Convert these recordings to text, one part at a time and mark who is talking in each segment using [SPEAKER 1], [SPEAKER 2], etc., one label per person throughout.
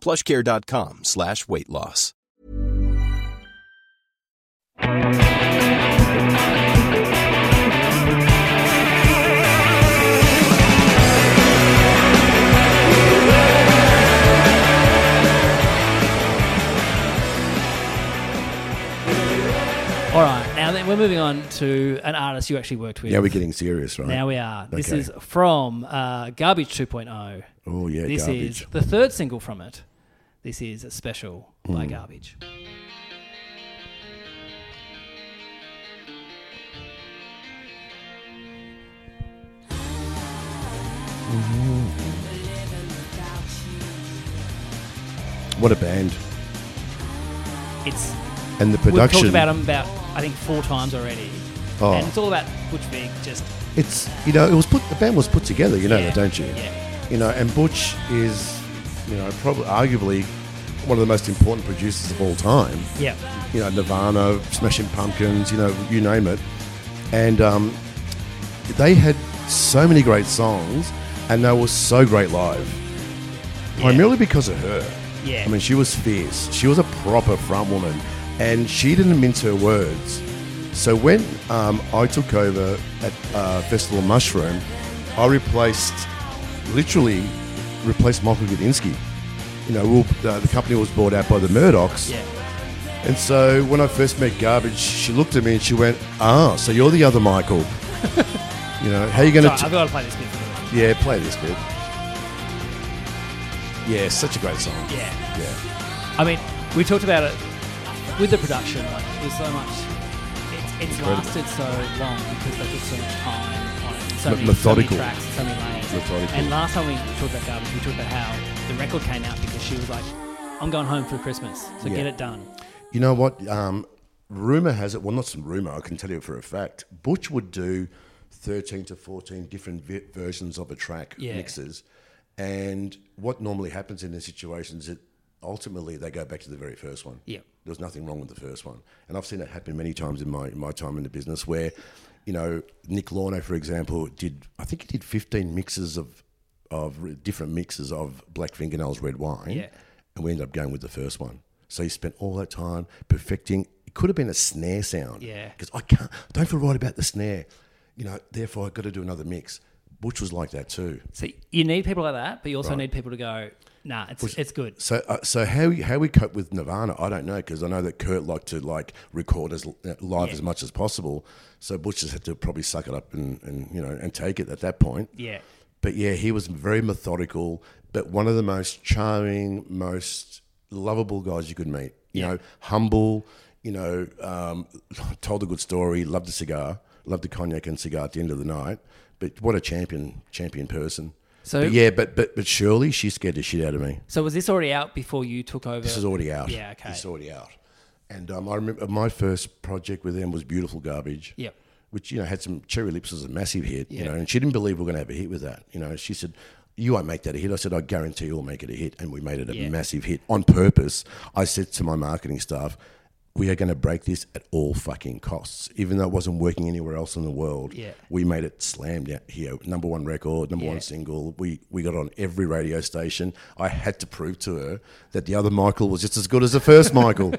[SPEAKER 1] Plushcare.com slash weight loss.
[SPEAKER 2] All right, now then we're moving on to an artist you actually worked with.
[SPEAKER 3] Now we're getting serious, right?
[SPEAKER 2] Now we are. This
[SPEAKER 3] Okay.
[SPEAKER 2] is from uh, Garbage 2.0.
[SPEAKER 3] oh yeah,
[SPEAKER 2] this
[SPEAKER 3] garbage.
[SPEAKER 2] is the third single from it. This is Special
[SPEAKER 3] Hmm.
[SPEAKER 2] by Garbage.
[SPEAKER 3] What a band!
[SPEAKER 2] It's
[SPEAKER 3] And the
[SPEAKER 2] We've talked
[SPEAKER 3] production.
[SPEAKER 2] about them about I think four times already.
[SPEAKER 3] Oh.
[SPEAKER 2] And it's all about Butch Vig just
[SPEAKER 3] it's you know it was put the band was put together. You know
[SPEAKER 2] Yeah.
[SPEAKER 3] that, don't you?
[SPEAKER 2] yeah.
[SPEAKER 3] You know, and Butch is you know probably arguably one of the most important producers of all time.
[SPEAKER 2] Yeah.
[SPEAKER 3] You know, Nirvana, Smashing Pumpkins, you know, you name it, and um, they had so many great songs, and they were so great live. Primarily because of her.
[SPEAKER 2] Yeah.
[SPEAKER 3] I mean, she was fierce. She was a proper front woman, and she didn't mince her words. So when um, I took over at uh, Festival of Mushroom, I replaced, literally, replaced Michael Gudinski. You know, we were- uh, the company was bought out by the Murdochs,
[SPEAKER 2] yeah.
[SPEAKER 3] and so when I first met Garbage, she looked at me and she went, "Ah, so you're the other Michael." you know, how you going
[SPEAKER 2] Sorry,
[SPEAKER 3] to?
[SPEAKER 2] I've got to play this bit for you.
[SPEAKER 3] yeah, play this bit. Yeah, such a great song.
[SPEAKER 2] Yeah.
[SPEAKER 3] Yeah.
[SPEAKER 2] I mean, we talked about it with the production, like there's so much it's, it's lasted so long because they took so much time on it. So
[SPEAKER 3] Me-
[SPEAKER 2] many,
[SPEAKER 3] methodical.
[SPEAKER 2] so many tracks, so many layers.
[SPEAKER 3] Methodical.
[SPEAKER 2] And last time we talked about garbage, we talked about how the record came out because she was like, I'm going home for Christmas, so
[SPEAKER 3] Yeah.
[SPEAKER 2] get it done.
[SPEAKER 3] You know what? Um, rumor has it, well, not some rumor, I can tell you for a fact, Butch would do 13 to 14 different vi- versions of a track
[SPEAKER 2] Yeah.
[SPEAKER 3] mixes. And what normally happens in these situations is that ultimately they go back to the very first one.
[SPEAKER 2] Yeah.
[SPEAKER 3] There was nothing wrong with the first one. And I've seen it happen many times in my, in my time in the business where, you know, Nick Lorno, for example, did, I think he did 15 mixes of, of r- different mixes of Black Fingernails Red Wine.
[SPEAKER 2] Yeah.
[SPEAKER 3] And we ended up going with the first one. So he spent all that time perfecting. It could have been a snare sound.
[SPEAKER 2] Yeah.
[SPEAKER 3] Because I can't, I don't feel right about the snare. You know, therefore I've got to do another mix. Butch was like that too.
[SPEAKER 2] So you need people like that, but you also need people to go, nah, it's, it's good.
[SPEAKER 3] So, uh, so how we- how we cope with Nirvana, I don't know because I know that Kurt liked to like record as uh, live as much as possible. So Butch just had to probably suck it up and, and you know and take it at that point.
[SPEAKER 2] Yeah.
[SPEAKER 3] But yeah, he was very methodical, but one of the most charming, most lovable guys you could meet. You know, humble. You know, um, told a good story. Loved a cigar. Loved a cognac and cigar at the end of the night. But what a champion, champion person.
[SPEAKER 2] So-
[SPEAKER 3] but yeah, but but but surely she scared the shit out of me.
[SPEAKER 2] So was this already out before you took over?
[SPEAKER 3] This is already out.
[SPEAKER 2] Yeah, okay.
[SPEAKER 3] It's already out. And um, I remember my first project with them was Beautiful Garbage.
[SPEAKER 2] Yep.
[SPEAKER 3] Which, you know, had some Cherry Lips was a massive hit, you
[SPEAKER 2] Yeah.
[SPEAKER 3] know, and she didn't believe we were going to have a hit with that. You know, she said, You won't make that a hit. I said, I guarantee you'll make it a hit. And we made it a
[SPEAKER 2] Yeah.
[SPEAKER 3] massive hit on purpose. I said to my marketing staff, we are going to break this at all fucking costs, even though it wasn't working anywhere else in the world.
[SPEAKER 2] Yeah.
[SPEAKER 3] We made it slammed out here, number one record, number
[SPEAKER 2] Yeah.
[SPEAKER 3] one single. We we got on every radio station. I had to prove to her that the other Michael was just as good as the first Michael.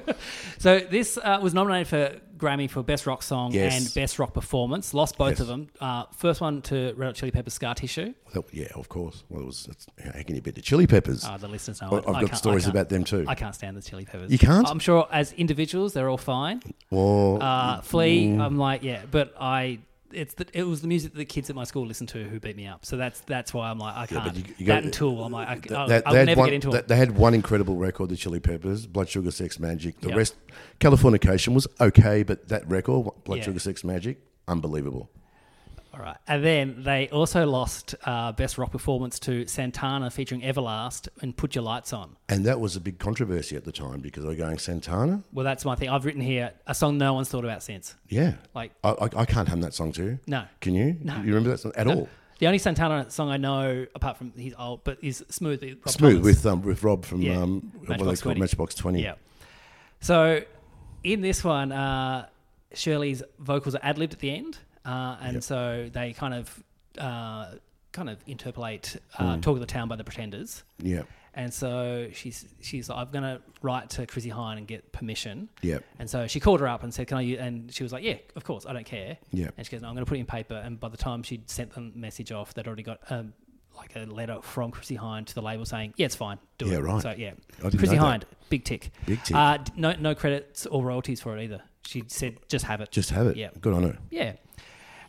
[SPEAKER 2] So this uh, was nominated for Grammy for Best Rock Song
[SPEAKER 3] Yes.
[SPEAKER 2] and Best Rock Performance. Lost both of them. Uh, first one to Red Hot Chili Peppers' Scar Tissue.
[SPEAKER 3] That- yeah, of course. Well, it was it's, how can you beat the Chili Peppers?
[SPEAKER 2] Uh, the listeners know.
[SPEAKER 3] I-
[SPEAKER 2] it.
[SPEAKER 3] Oh, I've
[SPEAKER 2] I
[SPEAKER 3] got
[SPEAKER 2] can't-
[SPEAKER 3] stories
[SPEAKER 2] I can't-
[SPEAKER 3] about them too.
[SPEAKER 2] I can't stand the Chili Peppers.
[SPEAKER 3] You can't?
[SPEAKER 2] I'm sure as individuals they're all fine.
[SPEAKER 3] Or
[SPEAKER 2] Uh, Flea, I'm like yeah, but I. It's the, it was the music that the kids at my school listened to who beat me up. So that's that's why I'm like I can't.
[SPEAKER 3] but you- you
[SPEAKER 2] that
[SPEAKER 3] got-
[SPEAKER 2] and Tool, I'm like I,
[SPEAKER 3] Th-
[SPEAKER 2] I'll,
[SPEAKER 3] that-
[SPEAKER 2] I'll
[SPEAKER 3] they had
[SPEAKER 2] never
[SPEAKER 3] one-
[SPEAKER 2] get into
[SPEAKER 3] that-
[SPEAKER 2] it.
[SPEAKER 3] They had one incredible record, the Chili Peppers, Blood Sugar Sex Magic. The
[SPEAKER 2] Yeah.
[SPEAKER 3] rest, Californication was okay, but that record, Blood
[SPEAKER 2] Yeah.
[SPEAKER 3] Sugar Sex Magic, unbelievable.
[SPEAKER 2] All right. And then they also lost uh, Best Rock Performance to Santana featuring Everlast and Put Your Lights On.
[SPEAKER 3] And that was a big controversy at the time because they were going Santana.
[SPEAKER 2] Well, that's my thing. I've written here a song no one's thought about since.
[SPEAKER 3] Yeah,
[SPEAKER 2] Like-
[SPEAKER 3] I, I, I can't hum that song to you.
[SPEAKER 2] No.
[SPEAKER 3] can you? No, you remember that song at all?
[SPEAKER 2] The only Santana song I know, apart from he's old, but is Smooth. with Rob
[SPEAKER 3] Smooth
[SPEAKER 2] Thomas.
[SPEAKER 3] with um, with Rob from
[SPEAKER 2] Yeah.
[SPEAKER 3] um, what are they
[SPEAKER 2] Matchbox
[SPEAKER 3] called
[SPEAKER 2] 20.
[SPEAKER 3] Matchbox Twenty.
[SPEAKER 2] Yeah. So in this one, uh, Shirley's vocals are ad libbed at the end, uh, and so they kind of uh, kind of interpolate
[SPEAKER 3] Hmm.
[SPEAKER 2] uh, "Talk of the Town" by the Pretenders.
[SPEAKER 3] yeah,
[SPEAKER 2] And so she's she's like, I'm gonna write to Chrissy Hine and get permission.
[SPEAKER 3] Yeah.
[SPEAKER 2] And so she called her up and said, "Can I?" u-" And she was like, "Yeah, of course, I don't care."
[SPEAKER 3] Yeah.
[SPEAKER 2] And she goes, no, "I'm gonna put it in paper." And by the time she'd sent the message off, they'd already got um, like a letter from Chrissy Hine to the label saying, "Yeah, it's fine, do
[SPEAKER 3] Yeah,
[SPEAKER 2] it."
[SPEAKER 3] right.
[SPEAKER 2] So yeah,
[SPEAKER 3] didn't
[SPEAKER 2] Chrissy
[SPEAKER 3] know that.
[SPEAKER 2] Hine, big tick.
[SPEAKER 3] Big tick.
[SPEAKER 2] Uh, d- no no credits or royalties for it either. She said, "Just have it."
[SPEAKER 3] just have it.
[SPEAKER 2] Yeah.
[SPEAKER 3] good on her.
[SPEAKER 2] Yeah.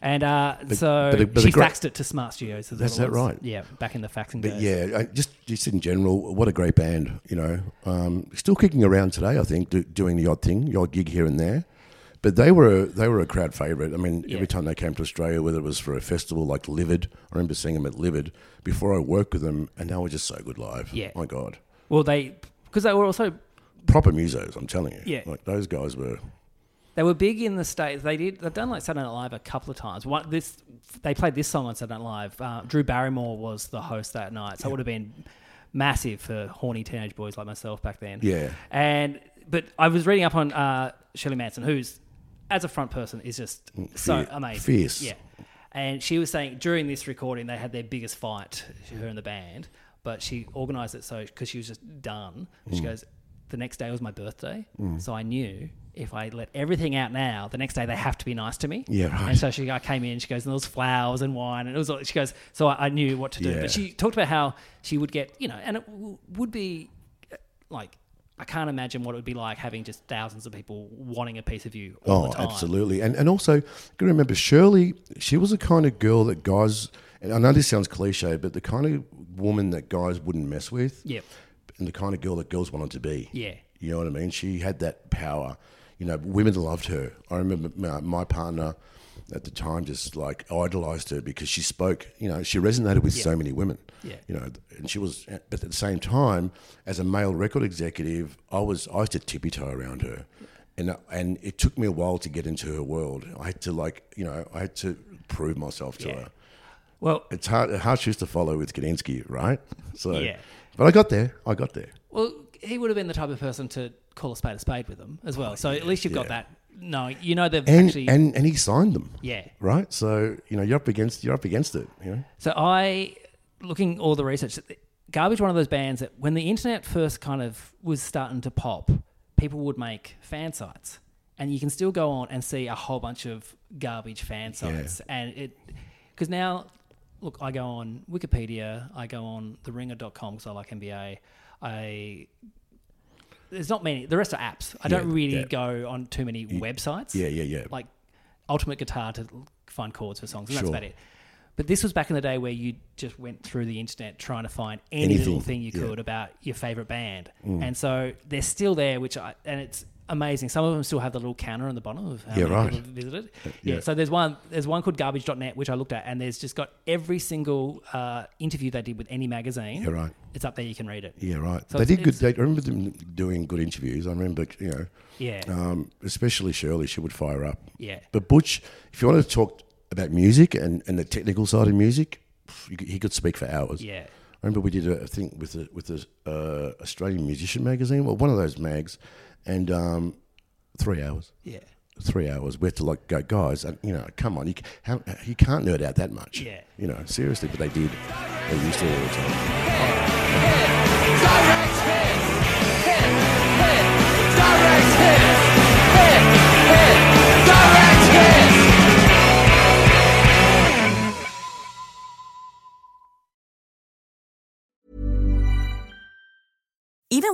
[SPEAKER 2] And uh, so
[SPEAKER 3] but the- but the
[SPEAKER 2] she
[SPEAKER 3] gra-
[SPEAKER 2] faxed it to Smart Studios. is what
[SPEAKER 3] That's
[SPEAKER 2] it
[SPEAKER 3] that
[SPEAKER 2] was.
[SPEAKER 3] right.
[SPEAKER 2] Yeah, back in the faxing
[SPEAKER 3] But
[SPEAKER 2] days.
[SPEAKER 3] yeah, I, just just in general, what a great band. You know, um, still kicking around today. I think do, doing the odd thing, the odd gig here and there. But they were they were a crowd favourite. I mean,
[SPEAKER 2] Yeah.
[SPEAKER 3] every time they came to Australia, whether it was for a festival like Livid, I remember seeing them at Livid before I worked with them, and they were just so good live.
[SPEAKER 2] Yeah.
[SPEAKER 3] my God,
[SPEAKER 2] Well, they because they were also
[SPEAKER 3] proper musos. I'm telling you.
[SPEAKER 2] Yeah.
[SPEAKER 3] like those guys were.
[SPEAKER 2] They were big in the states. They did. They've done like Saturday Night Live a couple of times. One, this they played this song on Saturday Night Live. Uh, Drew Barrymore was the host that night, so it would have been massive for horny teenage boys like myself back then.
[SPEAKER 3] Yeah.
[SPEAKER 2] And but I was reading up on uh, Shirley Manson, who's as a front person is just so
[SPEAKER 3] fier-
[SPEAKER 2] amazing,
[SPEAKER 3] Mm, fierce.
[SPEAKER 2] Yeah. And she was saying during this recording they had their biggest fight, her and the band. But she organised it so because she was just done. She
[SPEAKER 3] Mm.
[SPEAKER 2] goes, the next day was my birthday, so I knew if I let everything out now, the next day they have to be nice to me.
[SPEAKER 3] Yeah, right.
[SPEAKER 2] And so she, I came in. She goes, and there was flowers and wine, and it was. all- She goes, so I, I knew what to do.
[SPEAKER 3] Yeah.
[SPEAKER 2] But she talked about how she would get, you know, and it w- would be uh, like. I can't imagine what it would be like having just thousands of people wanting a piece of you all
[SPEAKER 3] Oh,
[SPEAKER 2] the time.
[SPEAKER 3] absolutely. And and also, you got to remember Shirley. She was the kind of girl that guys. And I know this sounds cliche, but the kind of woman that guys wouldn't mess with.
[SPEAKER 2] Yep.
[SPEAKER 3] And the kind of girl that girls wanted to be.
[SPEAKER 2] Yeah.
[SPEAKER 3] You know what I mean? She had that power. You know, women loved her. I remember my, my partner at the time just like idolized her because she spoke. You know, she resonated with so many women.
[SPEAKER 2] Yeah.
[SPEAKER 3] You know, and she was. But at the same time, as a male record executive, I was I used to tippy toe around her, and uh, and it took me a while to get into her world. I had to like you know I had to prove myself to
[SPEAKER 2] Yeah.
[SPEAKER 3] her.
[SPEAKER 2] Well,
[SPEAKER 3] It's hard hard shoes to follow with Kadinsky, right? So,
[SPEAKER 2] Yeah.
[SPEAKER 3] but I got there. I got there.
[SPEAKER 2] Well, he would have been the type of person to call a spade a spade with them as well. so at least you've got that. No, you know they've
[SPEAKER 3] and
[SPEAKER 2] actually.
[SPEAKER 3] and and he signed them.
[SPEAKER 2] Yeah.
[SPEAKER 3] Right. So you know you're up against you're up against it. You know.
[SPEAKER 2] so I, looking all the research, Garbage one of those bands that when the internet first kind of was starting to pop, people would make fan sites, and you can still go on and see a whole bunch of garbage fan sites, and it because now. Look, I go on Wikipedia, I go on theringer.com because I like NBA. I there's not many. The rest are apps. I don't
[SPEAKER 3] Yeah,
[SPEAKER 2] really
[SPEAKER 3] yeah.
[SPEAKER 2] go on too many websites.
[SPEAKER 3] Yeah, yeah, yeah.
[SPEAKER 2] Like Ultimate Guitar to l- find chords for songs, and that's
[SPEAKER 3] Sure.
[SPEAKER 2] about it. But this was back in the day where you just went through the internet trying to find any
[SPEAKER 3] Anything,
[SPEAKER 2] little thing you
[SPEAKER 3] yeah. Mm.
[SPEAKER 2] could about your favorite band, and so they're still there, which I and it's amazing. Some of them still have the little counter on the bottom of how
[SPEAKER 3] Yeah,
[SPEAKER 2] many
[SPEAKER 3] right. Uh,
[SPEAKER 2] people have visited. Yeah.
[SPEAKER 3] yeah.
[SPEAKER 2] So there's one there's one called Garbage.net which I looked at, and there's just got every single uh, interview they did with any magazine.
[SPEAKER 3] Yeah, right.
[SPEAKER 2] It's up there. You can read it.
[SPEAKER 3] Yeah, right.
[SPEAKER 2] So
[SPEAKER 3] they
[SPEAKER 2] it's-
[SPEAKER 3] did good. They, I remember them doing good interviews. I remember, you know,
[SPEAKER 2] Yeah.
[SPEAKER 3] um, especially Shirley, she would fire up.
[SPEAKER 2] Yeah.
[SPEAKER 3] But Butch, if you wanted to talk about music and, and the technical side of music, pff, you could- he could speak for hours.
[SPEAKER 2] Yeah.
[SPEAKER 3] I remember we did a thing with a, with a uh, Australian musician magazine, well, one of those mags, and um, three hours.
[SPEAKER 2] Yeah.
[SPEAKER 3] Three hours. We had to like go, guys. And, you know, come on, you, c- how, you can't nerd out that much.
[SPEAKER 2] Yeah.
[SPEAKER 3] You know, seriously. But they did. They used to all the time.
[SPEAKER 4] Direct hit, hit, hit. Direct hit, hit, hit. Direct hit.
[SPEAKER 5] Even